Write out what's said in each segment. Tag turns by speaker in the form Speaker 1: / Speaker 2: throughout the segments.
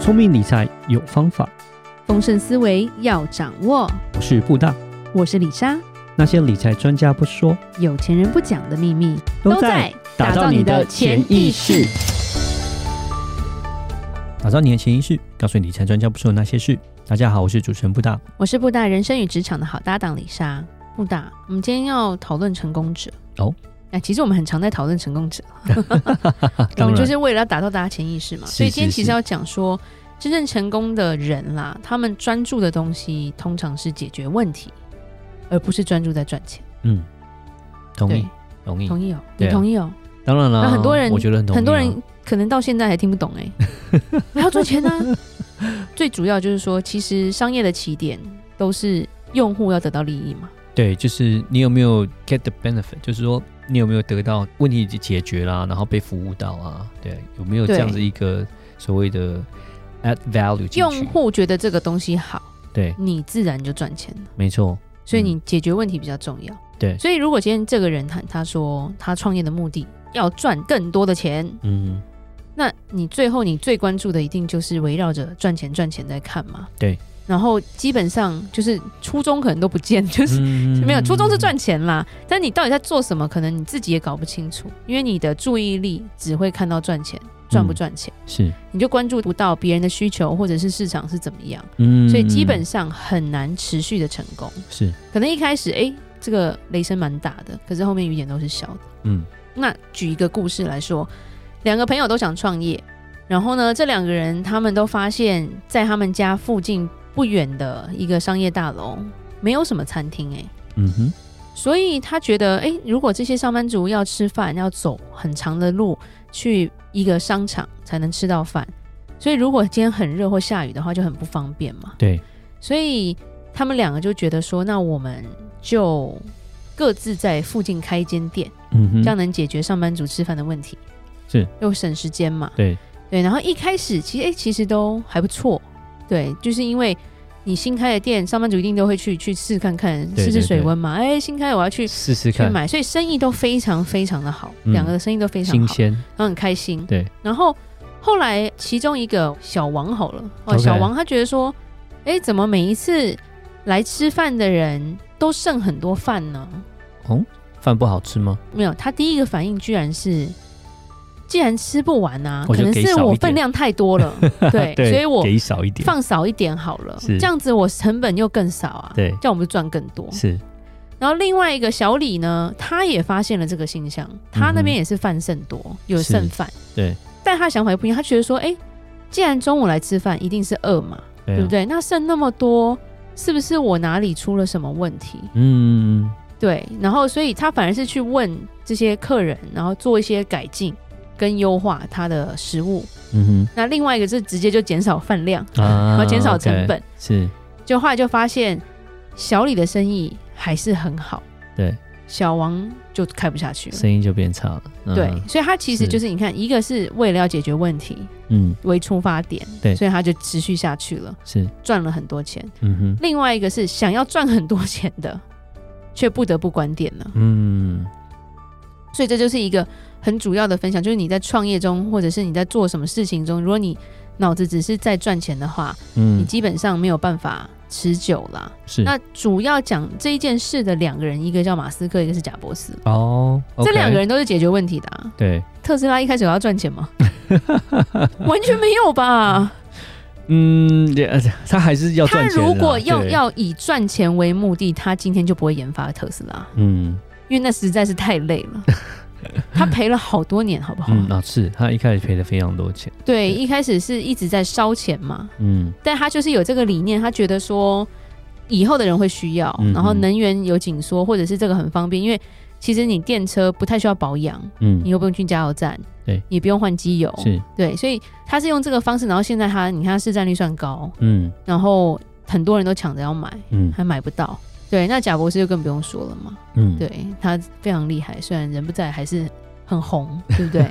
Speaker 1: 聪明理财有方法，
Speaker 2: 丰盛思维要掌握。
Speaker 1: 我是布大。
Speaker 2: 我是李莎，
Speaker 1: 那些理财专家不说，
Speaker 2: 有钱人不讲的秘密
Speaker 1: 打造你的潜意识。，打造你的潜意识，告诉你理财专家不说的那些事。大家好，我是主持人布大。
Speaker 2: 我是布大人生与职场的好搭档李莎。布大，我们今天要讨论成功者
Speaker 1: 哦。
Speaker 2: 哎，其实我们很常在讨论成 功者，我
Speaker 1: 当
Speaker 2: 们就
Speaker 1: 然，
Speaker 2: 是为了要打造大家潜意识嘛。
Speaker 1: 是
Speaker 2: 所以今天
Speaker 1: 是
Speaker 2: 其实要讲说，真正成功的人啦，他们专注的东西通常是解决问题，而不是专注在赚钱。
Speaker 1: 嗯，同意
Speaker 2: 对，，
Speaker 1: 同意。
Speaker 2: 同意哦，
Speaker 1: 对
Speaker 2: 你
Speaker 1: 啊
Speaker 2: 同意哦。
Speaker 1: 当然了，
Speaker 2: 那很多人
Speaker 1: 我觉得很同意啊
Speaker 2: 很多人可能到现在还听不懂 哎、还要赚钱呢、最主要就是说，其实商业的起点都是用户要得到利益嘛。
Speaker 1: 对，就是你有没有 get the benefit，就是说你有没有得到问题解决啦，然后被服务到啊？对，有没有
Speaker 2: 对
Speaker 1: 这样子一个所谓的 add value 进去
Speaker 2: 用户觉得这个东西好，
Speaker 1: 对，
Speaker 2: 你自然就赚钱了。
Speaker 1: 没错，
Speaker 2: 所以你解决问题比较重要。
Speaker 1: 嗯对
Speaker 2: 所以如果今天这个人他他说他创业的目的要赚更多的钱，
Speaker 1: 嗯，
Speaker 2: 那你最后你最关注的一定就是围绕着赚钱赚钱在看嘛。
Speaker 1: 对。
Speaker 2: 然后基本上就是初衷可能都不见，就是
Speaker 1: 嗯
Speaker 2: 没有，初衷是赚钱啦，但你到底在做什么，可能你自己也搞不清楚，因为你的注意力只会看到赚钱，赚不赚钱，
Speaker 1: 是，
Speaker 2: 你就关注不到别人的需求或者是市场是怎么样，
Speaker 1: 嗯
Speaker 2: 所以基本上很难持续的成功。
Speaker 1: 是，
Speaker 2: 可能一开始诶，这个雷声蛮大的，可是后面雨点都是小的。
Speaker 1: 嗯
Speaker 2: 那举一个故事来说，两个朋友都想创业，然后呢，这两个人他们都发现，在他们家附近不远的一个商业大楼没有什么餐厅哎诶。
Speaker 1: 嗯哼，
Speaker 2: 所以他觉得，诶，如果这些上班族要吃饭，要走很长的路去一个商场才能吃到饭，所以如果今天很热或下雨的话，就很不方便嘛。
Speaker 1: 对，
Speaker 2: 所以他们两个就觉得说，那我们就各自在附近开一间店，
Speaker 1: 嗯哼，
Speaker 2: 这样能解决上班族吃饭的问题，
Speaker 1: 是
Speaker 2: 又省时间嘛。
Speaker 1: 对，
Speaker 2: 对，然后一开始其实诶，其实都还不错，对，就是因为。你新开的店，上班族一定都会去去试看看，
Speaker 1: 对
Speaker 2: 试
Speaker 1: 对
Speaker 2: 试水
Speaker 1: 对
Speaker 2: 温嘛。哎，新开的我要去
Speaker 1: 试试
Speaker 2: 去
Speaker 1: 看，
Speaker 2: 买，所以生意都非常非常的好，
Speaker 1: 嗯
Speaker 2: 两、个的生意都非常
Speaker 1: 新
Speaker 2: 好，
Speaker 1: 鲜，
Speaker 2: 然后很开心。
Speaker 1: 对，
Speaker 2: 然后后来其中一个小王好了，哦，
Speaker 1: OK
Speaker 2: 小王他觉得说，哎、怎么每一次来吃饭的人都剩很多饭呢？
Speaker 1: 哦，饭不好吃吗？
Speaker 2: 没有，他第一个反应居然是。既然吃不完啊，
Speaker 1: 我
Speaker 2: 可
Speaker 1: 就
Speaker 2: 能
Speaker 1: 给
Speaker 2: 是
Speaker 1: 少
Speaker 2: 我
Speaker 1: 一点
Speaker 2: 分量太 多了，对，所以我
Speaker 1: 给少一点，
Speaker 2: 放少一点好了，
Speaker 1: 是
Speaker 2: 这样子我成本又更少啊，
Speaker 1: 对
Speaker 2: 这样我们就赚更多。
Speaker 1: 是，
Speaker 2: 然后另外一个小李呢，他也发现了这个现象，他那边也是饭剩多，有剩饭，
Speaker 1: 嗯对，
Speaker 2: 但他想法也不一样，他觉得说，哎，既然中午来吃饭，一定是饿嘛，
Speaker 1: 对
Speaker 2: 对
Speaker 1: 啊
Speaker 2: 不，对？那剩那么多，是不是我哪里出了什么问题？
Speaker 1: 嗯，
Speaker 2: 对，然后所以他反而是去问这些客人，然后做一些改进跟优化他的食物。
Speaker 1: 嗯
Speaker 2: 那另外一个是直接就减少饭量，
Speaker 1: 哼，啊
Speaker 2: 然后减少成
Speaker 1: OK，
Speaker 2: 本，
Speaker 1: 是，
Speaker 2: 就后来就发现小李的生意还是很好。
Speaker 1: 对，
Speaker 2: 小王就开不下去了。
Speaker 1: 声音就变差了，嗯
Speaker 2: 对，所以他其实
Speaker 1: 是
Speaker 2: 就是你看，一个是为了要解决问题
Speaker 1: 嗯，
Speaker 2: 为出发点，
Speaker 1: 对
Speaker 2: 所以他就持续下去了，
Speaker 1: 是，
Speaker 2: 赚了很多钱；
Speaker 1: 嗯哼，
Speaker 2: 另外一个是想要赚很多钱的，却不得不关店了。
Speaker 1: 嗯，
Speaker 2: 所以这就是一个很主要的分享，就是你在创业中，或者是你在做什么事情中，如果你脑子只是在赚钱的话，你
Speaker 1: 嗯，
Speaker 2: 基本上没有办法持久啦。
Speaker 1: 是，
Speaker 2: 那主要讲这一件事的两个人，一个叫马斯克，一个是贾伯斯。
Speaker 1: 哦，
Speaker 2: 这
Speaker 1: OK，
Speaker 2: 两个人都是解决问题的、啊。
Speaker 1: 对，
Speaker 2: 特斯拉一开始有要赚 钱吗？完全没有吧。
Speaker 1: 嗯，也呃他还是要
Speaker 2: 他
Speaker 1: 赚钱啦，
Speaker 2: 如果要
Speaker 1: 对，
Speaker 2: 要以赚钱为目的，他今天就不会研发特斯拉，
Speaker 1: 嗯
Speaker 2: 因为那实在是太累 了。他赔了好多年，好不好？
Speaker 1: 嗯啊，是他一开始赔了非常多钱，
Speaker 2: 对，一开始是一直在烧钱嘛，
Speaker 1: 嗯，
Speaker 2: 但他就是有这个理念，他觉得说以后的人会需要，
Speaker 1: 嗯嗯
Speaker 2: 然后能源有紧缩，或者是这个很方便，因为其实你电车不太需要保养，
Speaker 1: 嗯
Speaker 2: 你，又不用去加油站，
Speaker 1: 对，
Speaker 2: 也不用换机油，
Speaker 1: 是，
Speaker 2: 对，所以他是用这个方式，然后现在他你看他市占率算高，
Speaker 1: 嗯
Speaker 2: 然后很多人都抢着要买，
Speaker 1: 嗯
Speaker 2: 还买不到。对，那贾博士就更不用说了嘛，
Speaker 1: 嗯，，
Speaker 2: 对他非常厉害，虽然人不在，还是 很红，对不对？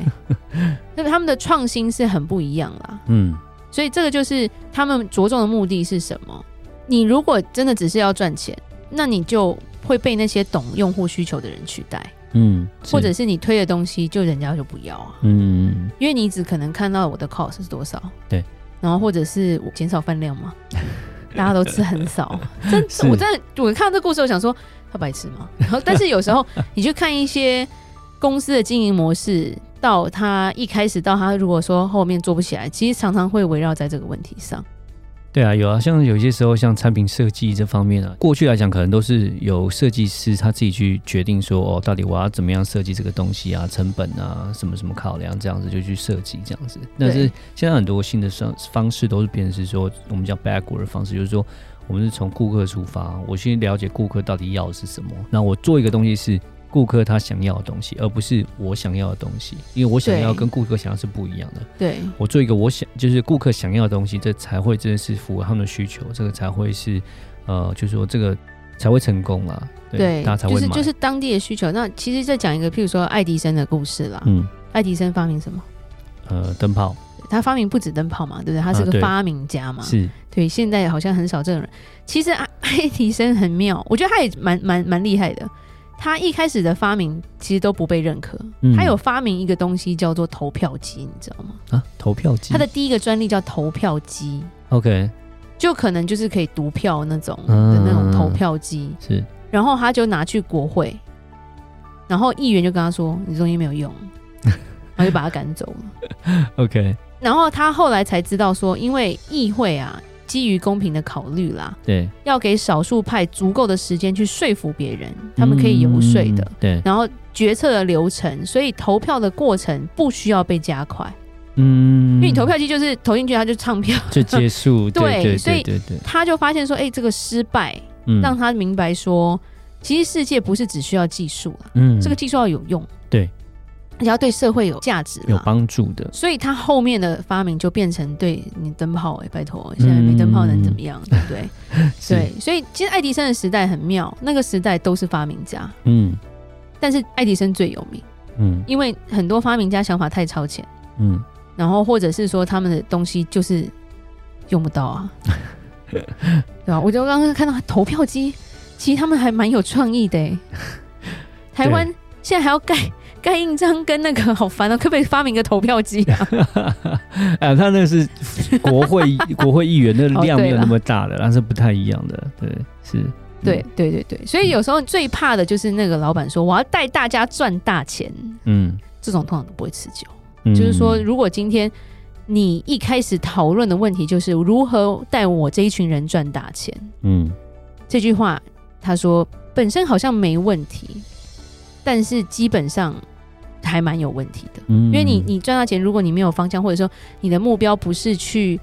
Speaker 2: 那他们的创新是很不一样啦，
Speaker 1: 嗯
Speaker 2: 所以这个就是他们着重的目的是什么？你如果真的只是要赚钱，那你就会被那些懂用户需求的人取代，
Speaker 1: 嗯，是
Speaker 2: 或者是你推的东西就人家就不要啊。
Speaker 1: 嗯
Speaker 2: 因为你只可能看到我的 cost 是多少，
Speaker 1: 对，
Speaker 2: 然后或者是减少饭量 嘛，大家都吃很少。真
Speaker 1: 是
Speaker 2: 的，我真的我看到这故事，我想说他白痴吗？ 然后但是有时候你去看一些公司的经营模式，到他一开始到他如果说后面做不起来，其实常常会围绕在这个问题上。
Speaker 1: 对啊，有啊，像有些时候像产品设计这方面啊，过去来讲可能都是由设计师他自己去决定说，哦，到底我要怎么样设计这个东西啊，成本啊，什么什么考量这样子就去设计这样子。但是
Speaker 2: 对
Speaker 1: 现在很多新的方方式都是变成是说，我们叫 backward 的方式，就是说我们是从顾客出发，我先了解顾客到底要的是什么，那我做一个东西是。顾客他想要的东西，而不是我想要的东西，因为我想要
Speaker 2: 对
Speaker 1: 跟顾客想要是不一样的。
Speaker 2: 对
Speaker 1: 我做一个我想就是顾客想要的东西，这才会真的是符合他们的需求，这个才会是呃，就是说这个才会成功啦，
Speaker 2: 对，
Speaker 1: 大家才会
Speaker 2: 就
Speaker 1: 买，
Speaker 2: 是就是当地的需求。那其实再讲一个，譬如说爱迪生的故事啦。
Speaker 1: 嗯
Speaker 2: 爱迪生发明什么？
Speaker 1: 呃灯泡
Speaker 2: 他发明不止灯泡嘛，对不对？他
Speaker 1: 啊
Speaker 2: 是个
Speaker 1: 对
Speaker 2: 发明家嘛。
Speaker 1: 是
Speaker 2: 对，现在好像很少这种人。其 实爱爱迪生很妙，我觉得他也蛮蛮蛮厉害的。他一开始的发明其实都不被认可，
Speaker 1: 嗯
Speaker 2: 他有发明一个东西叫做投票机，你知道吗？
Speaker 1: 啊投票机，
Speaker 2: 他的第一个专利叫投票机，
Speaker 1: OK
Speaker 2: 就可能就是可以读票那种
Speaker 1: 嗯
Speaker 2: 的那种投票机。
Speaker 1: 是
Speaker 2: 然后他就拿去国会，然后议员就跟他说：“你这东西没 有用。”然后就把他赶走了。
Speaker 1: OK
Speaker 2: 然后他后来才知道说，因为议会啊，基于公平的考虑啦，
Speaker 1: 对，
Speaker 2: 要给少数派足够的时间去说服别人，他们可以游说的。
Speaker 1: 嗯对，
Speaker 2: 然后决策的流程，所以投票的过程不需要被加快，
Speaker 1: 嗯，
Speaker 2: 因为你投票机就是投进去，他就唱票，
Speaker 1: 就结束， 对
Speaker 2: 对
Speaker 1: 对
Speaker 2: 所
Speaker 1: 对
Speaker 2: 以
Speaker 1: 对对，
Speaker 2: 他就发现说，哎、这个失败
Speaker 1: 嗯
Speaker 2: 让他明白说，其实世界不是只需要技术啦，
Speaker 1: 嗯
Speaker 2: 这个技术要有用，
Speaker 1: 对，
Speaker 2: 而且要对社会有价值
Speaker 1: 有
Speaker 2: 啦。
Speaker 1: 帮助的，
Speaker 2: 所以他后面的发明就变成对你灯泡哎、拜托，现在没灯泡能怎么样，对不对？
Speaker 1: 是
Speaker 2: 对，所以其实爱迪生的时代很妙，那个时代都是发明家，
Speaker 1: 嗯
Speaker 2: 但是爱迪生最有名，
Speaker 1: 嗯
Speaker 2: 因为很多发明家想法太超前，
Speaker 1: 嗯，
Speaker 2: 然后或者是说他们的东西就是用不到啊，对吧、我就刚刚看到投票机，其实他们还蛮有创意的欸、台湾现在还要盖盖印章跟那个好烦哦、可不可以发明个投票机啊？
Speaker 1: 啊，他那个是国会 国会议员，那个
Speaker 2: 哦
Speaker 1: 量
Speaker 2: 对
Speaker 1: 没有
Speaker 2: 啦
Speaker 1: 那么大的，但是不太一样的，对，是，
Speaker 2: 对对对对，所以有时候最怕的就是那个老板说我要带大家赚大钱，
Speaker 1: 嗯，
Speaker 2: 这种通常都不会持久。
Speaker 1: 嗯
Speaker 2: 就是说，如果今天你一开始讨论的问题就是如何带我这一群人赚大钱，
Speaker 1: 嗯。
Speaker 2: 这句话，他说本身好像没问题，但是基本上还蛮有问题的，
Speaker 1: 嗯
Speaker 2: 因为你你赚到钱，如果你没有方向，或者说你的目标不是去。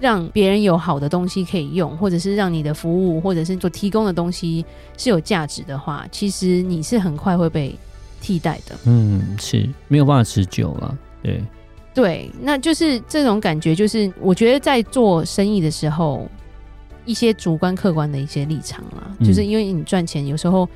Speaker 2: 让别人有好的东西可以用，或者是让你的服务，或者是所提供的东西是有价值的话，其实你是很快会被替代的。
Speaker 1: 嗯是没有办法持久了，对，
Speaker 2: 对，那就是这种感觉，就是我觉得在做生意的时候，一些主观客观的一些立场啦，
Speaker 1: 嗯
Speaker 2: 就是因为你赚钱，有时候，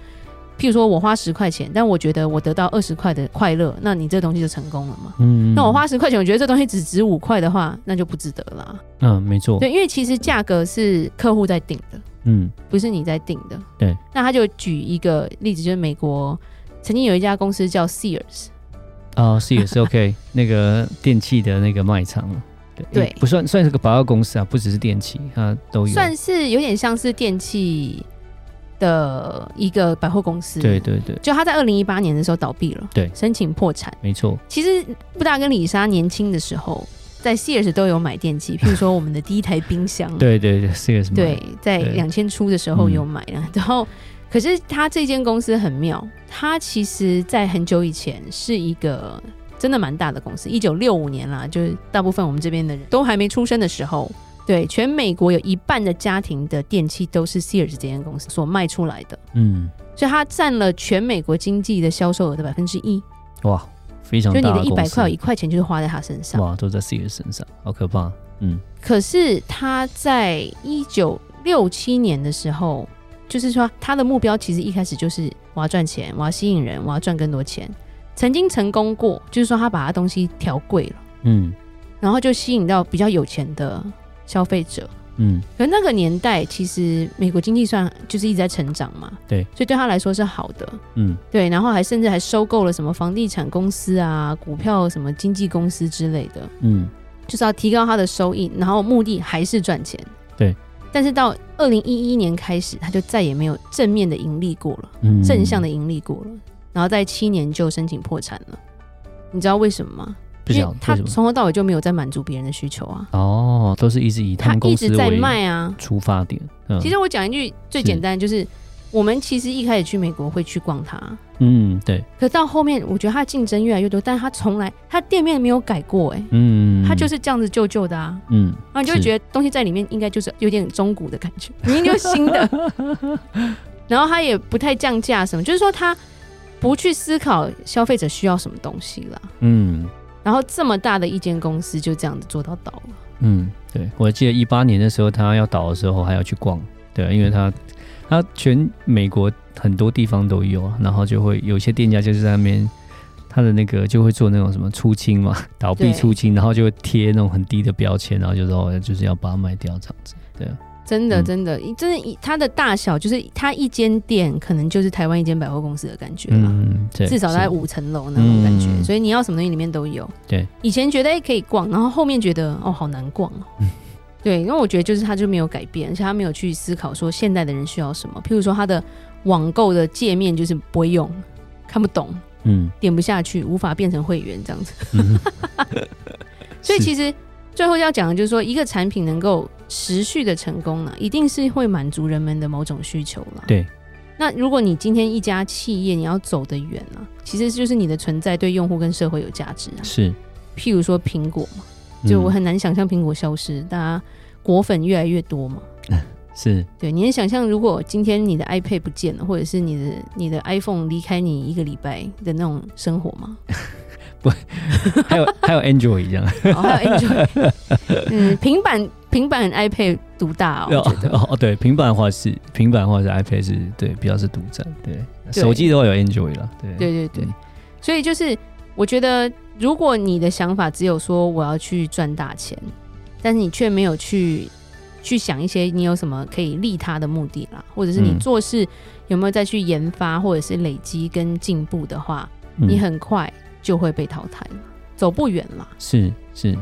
Speaker 2: 譬如说我花十块钱，但我觉得我得到二十块的快乐，那你这东西就成功了嘛。
Speaker 1: 嗯
Speaker 2: 那我花十块钱，我觉得这东西只值五块的话，那就不值得啦。
Speaker 1: 嗯没错，
Speaker 2: 对，因为其实价格是客户在定的，
Speaker 1: 嗯
Speaker 2: 不是你在定的。
Speaker 1: 对，
Speaker 2: 那他就举一个例子，就是美国曾经有一家公司叫 Sears，
Speaker 1: 啊是也是 OK，那个电器的那个卖场嘛，对
Speaker 2: 对
Speaker 1: 也不算算是个百货公司啊，不只是电器，它都有，
Speaker 2: 算是有点像是电器的一个百货公司。
Speaker 1: 对，对对，
Speaker 2: 就他在二零一八年的时候倒闭了，
Speaker 1: 对
Speaker 2: 申请破产。
Speaker 1: 没错，
Speaker 2: 其实布达跟李莎年轻的时候，在 Sears 都有买电器，譬如说我们的第一台冰箱，啊
Speaker 1: 对对对是也是
Speaker 2: 对，在
Speaker 1: 对嗯
Speaker 2: 两千出的时候有买了， 然后。可是他这间公司很妙，他其实在很久以前是一个真的蛮大的公司，一九六五年啦，就是大部分我们这边的人都还没出生的时候，对，全美国有一半的家庭的电器都是 Sears 这间公司所卖出来的，
Speaker 1: 嗯
Speaker 2: 所以它占了全美国经济的销售额的百分之一，
Speaker 1: 哇非常
Speaker 2: 就
Speaker 1: 大
Speaker 2: 你的一
Speaker 1: 公
Speaker 2: 百
Speaker 1: 司
Speaker 2: 块有一块钱就是花在他身上。
Speaker 1: 哇都在 C 的身上，好可怕，嗯
Speaker 2: 可是他在一九六七年的时候，就是说他的目标其实一开始就是我要赚钱，我要吸引人，我要赚更多钱。曾经成功过，就是说他把他东西调贵了，
Speaker 1: 嗯
Speaker 2: 然后就吸引到比较有钱的消费者。
Speaker 1: 嗯
Speaker 2: 可那个年代，其实美国经济算就是一直在成长嘛，
Speaker 1: 对，
Speaker 2: 所以对他来说是好的，
Speaker 1: 嗯
Speaker 2: 对，然后还甚至还收购了什么房地产公司啊、股票什么经纪公司之类的，
Speaker 1: 嗯
Speaker 2: 就是要提高它的收益，然后目的还是赚钱。
Speaker 1: 对。
Speaker 2: 但是到二零一一年开始，它就再也没有正面的盈利过了，
Speaker 1: 嗯
Speaker 2: 正向的盈利过了，然后在七年就申请破产了。你知道为什么吗？
Speaker 1: 不
Speaker 2: 因
Speaker 1: 晓
Speaker 2: 为
Speaker 1: 得
Speaker 2: 他
Speaker 1: 为什么
Speaker 2: 从头到尾就没有在满足别人的需求啊，
Speaker 1: 哦，都是一直以他
Speaker 2: 他
Speaker 1: 们公
Speaker 2: 一
Speaker 1: 司
Speaker 2: 直在
Speaker 1: 为
Speaker 2: 卖啊。
Speaker 1: 出发点。嗯，
Speaker 2: 其实我讲一句最
Speaker 1: 是
Speaker 2: 简单，就是我们其实一开始去美国会去逛它，
Speaker 1: 嗯对，
Speaker 2: 可到后面我觉得它的竞争越来越多，但它从来它店面没有改过、欸，哎、
Speaker 1: 嗯，
Speaker 2: 它就是这样子旧旧的啊，
Speaker 1: 嗯，
Speaker 2: 然后你就会
Speaker 1: 是
Speaker 2: 觉得东西在里面应该就是有点中古的感觉，明明就是新的，然后它也不太降价什么，就是说它不去思考消费者需要什么东西啦。
Speaker 1: 嗯
Speaker 2: 然后这么大的一间公司就这样子做到倒了，
Speaker 1: 嗯，对，我记得一八年的时候，他要倒的时候还要去逛，对，啊因为他他全美国很多地方都有，啊然后就会有一些店家就是在那边。他的那个就会做那种什么出清嘛， 倒闭
Speaker 2: 对
Speaker 1: 出清，然后就会贴那种很低的标签，然后就说哦就是要把它卖掉这样子。
Speaker 2: 真
Speaker 1: 嗯
Speaker 2: 的真的，真的以它的大小就是它一间店可能就是台湾一间百货公司的感觉啦。
Speaker 1: 嗯，对，
Speaker 2: 至少
Speaker 1: 是
Speaker 2: 在五层楼那种感觉，
Speaker 1: 嗯
Speaker 2: 所以你要什么东西里面都有。
Speaker 1: 对，
Speaker 2: 以前觉得哎可以逛，然后后面觉得哦好难逛哦。
Speaker 1: 嗯
Speaker 2: 对，因为我觉得就是他就没有改变，而且他没有去思考说现代的人需要什么。譬如说他的网购的界面就是不会用，看不懂，
Speaker 1: 嗯，
Speaker 2: 点不下去，无法变成会员这样子。
Speaker 1: 嗯
Speaker 2: 所以
Speaker 1: 是
Speaker 2: 其实最后要讲的就是说，一个产品能够持续的成功呢，一定是会满足人们的某种需求了。
Speaker 1: 对。
Speaker 2: 那如果你今天一家企业你要走得远啊，其实就是你的存在对用户跟社会有价值啊。
Speaker 1: 是，
Speaker 2: 譬如说苹果嘛，就我
Speaker 1: 嗯
Speaker 2: 很难想象苹果消失，大家果粉越来越多嘛。
Speaker 1: 是
Speaker 2: 对，你能想象如果今天你的 iPad 不见了，或者是你的你的 iPhone 离开你一个礼拜的那种生活吗？
Speaker 1: 还有还有 Android 这样，
Speaker 2: 哦，还有 Android，嗯，平板平板 iPad 独大 哦，我觉得。
Speaker 1: 哦哦对，平板的话是平板的话是 iPad 是对比较是独占，对，
Speaker 2: 对
Speaker 1: 手机的话有 Android 啦，对
Speaker 2: 对对对，
Speaker 1: 嗯
Speaker 2: 所以就是我觉得，如果你的想法只有说我要去赚大钱，但是你却没有去去想一些你有什么可以利他的目的啦，或者是你
Speaker 1: 嗯
Speaker 2: 做事有没有再去研发或者是累积跟进步的话，
Speaker 1: 嗯
Speaker 2: 你很快就会被淘汰了，走不远啦。
Speaker 1: 是是，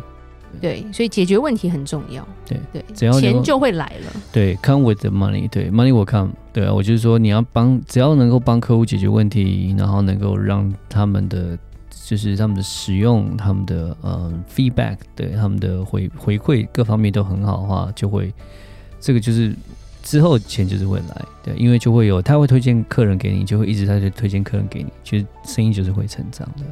Speaker 2: 对，所以解决问题很重要。
Speaker 1: 嗯对只
Speaker 2: 对，
Speaker 1: 要能够
Speaker 2: 钱就会来了。
Speaker 1: 对，come with the money，对，money will come，对啊，我就是说你要帮，只要能够帮客户解决问题，然后能够让他们的就是他们的使用、他们的嗯 feedback，对他们的回回馈各方面都很好的话，就会这个就是之后钱就是会来，对，因为就会有他会推荐客人给你，就会一直在推荐客人给你，其实生意就是会成长的，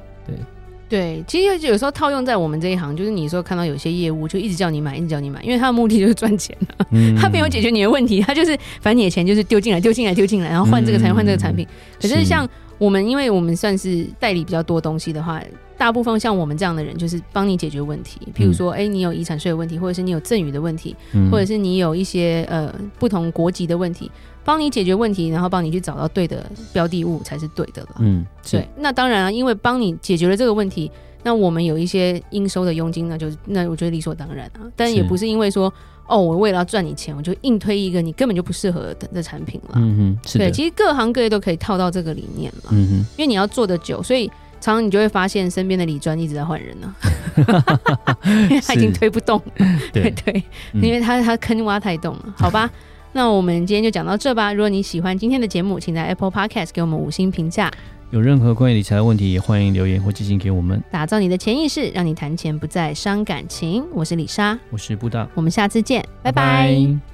Speaker 2: 对，其实有时候套用在我们这一行，就是你说看到有些业务就一直叫你买，一直叫你买，因为他的目的就是赚钱。
Speaker 1: 嗯
Speaker 2: 他没有解决你的问题， 他就是反正你的钱就是丢进来、丢进来、丢进来，然后换这个产品、
Speaker 1: 嗯
Speaker 2: 换这个产品。可是
Speaker 1: 是
Speaker 2: 像我们，因为我们算是代理比较多东西的话，大部分像我们这样的人，就是帮你解决问题。譬如说，哎、你有遗产税的问题，或者是你有赠与的问题，
Speaker 1: 嗯
Speaker 2: 或者是你有一些呃不同国籍的问题，帮你解决问题，然后帮你去找到对的标的物才是对的了。
Speaker 1: 嗯，
Speaker 2: 对
Speaker 1: 是，
Speaker 2: 那当然啊，因为帮你解决了这个问题，那我们有一些应收的佣金，那就是那我觉得理所当然啊。但也
Speaker 1: 是
Speaker 2: 不是因为说哦，我为了要赚你钱，我就硬推一个你根本就不适合的的产品了。
Speaker 1: 嗯哼，是
Speaker 2: 对，
Speaker 1: 的，
Speaker 2: 其实各行各业都可以套到这个理念了，
Speaker 1: 嗯哼。
Speaker 2: 因为你要做的久，所以常常你就会发现身边的理专一直在换人 呢、啊，因为他已经
Speaker 1: 是
Speaker 2: 推不动了。对
Speaker 1: 对，
Speaker 2: 对，
Speaker 1: 嗯
Speaker 2: 因为他他坑挖太洞了，好吧。那我们今天就讲到这吧。如果你喜欢今天的节目，请在 Apple Podcast 给我们五星评价。
Speaker 1: 有任何关于理财的问题，也欢迎留言或寄信给我们。
Speaker 2: 打造你的潜意识，让你谈钱不再伤感情。我是李莎，
Speaker 1: 我是布大，
Speaker 2: 我们下次见，拜拜
Speaker 1: 拜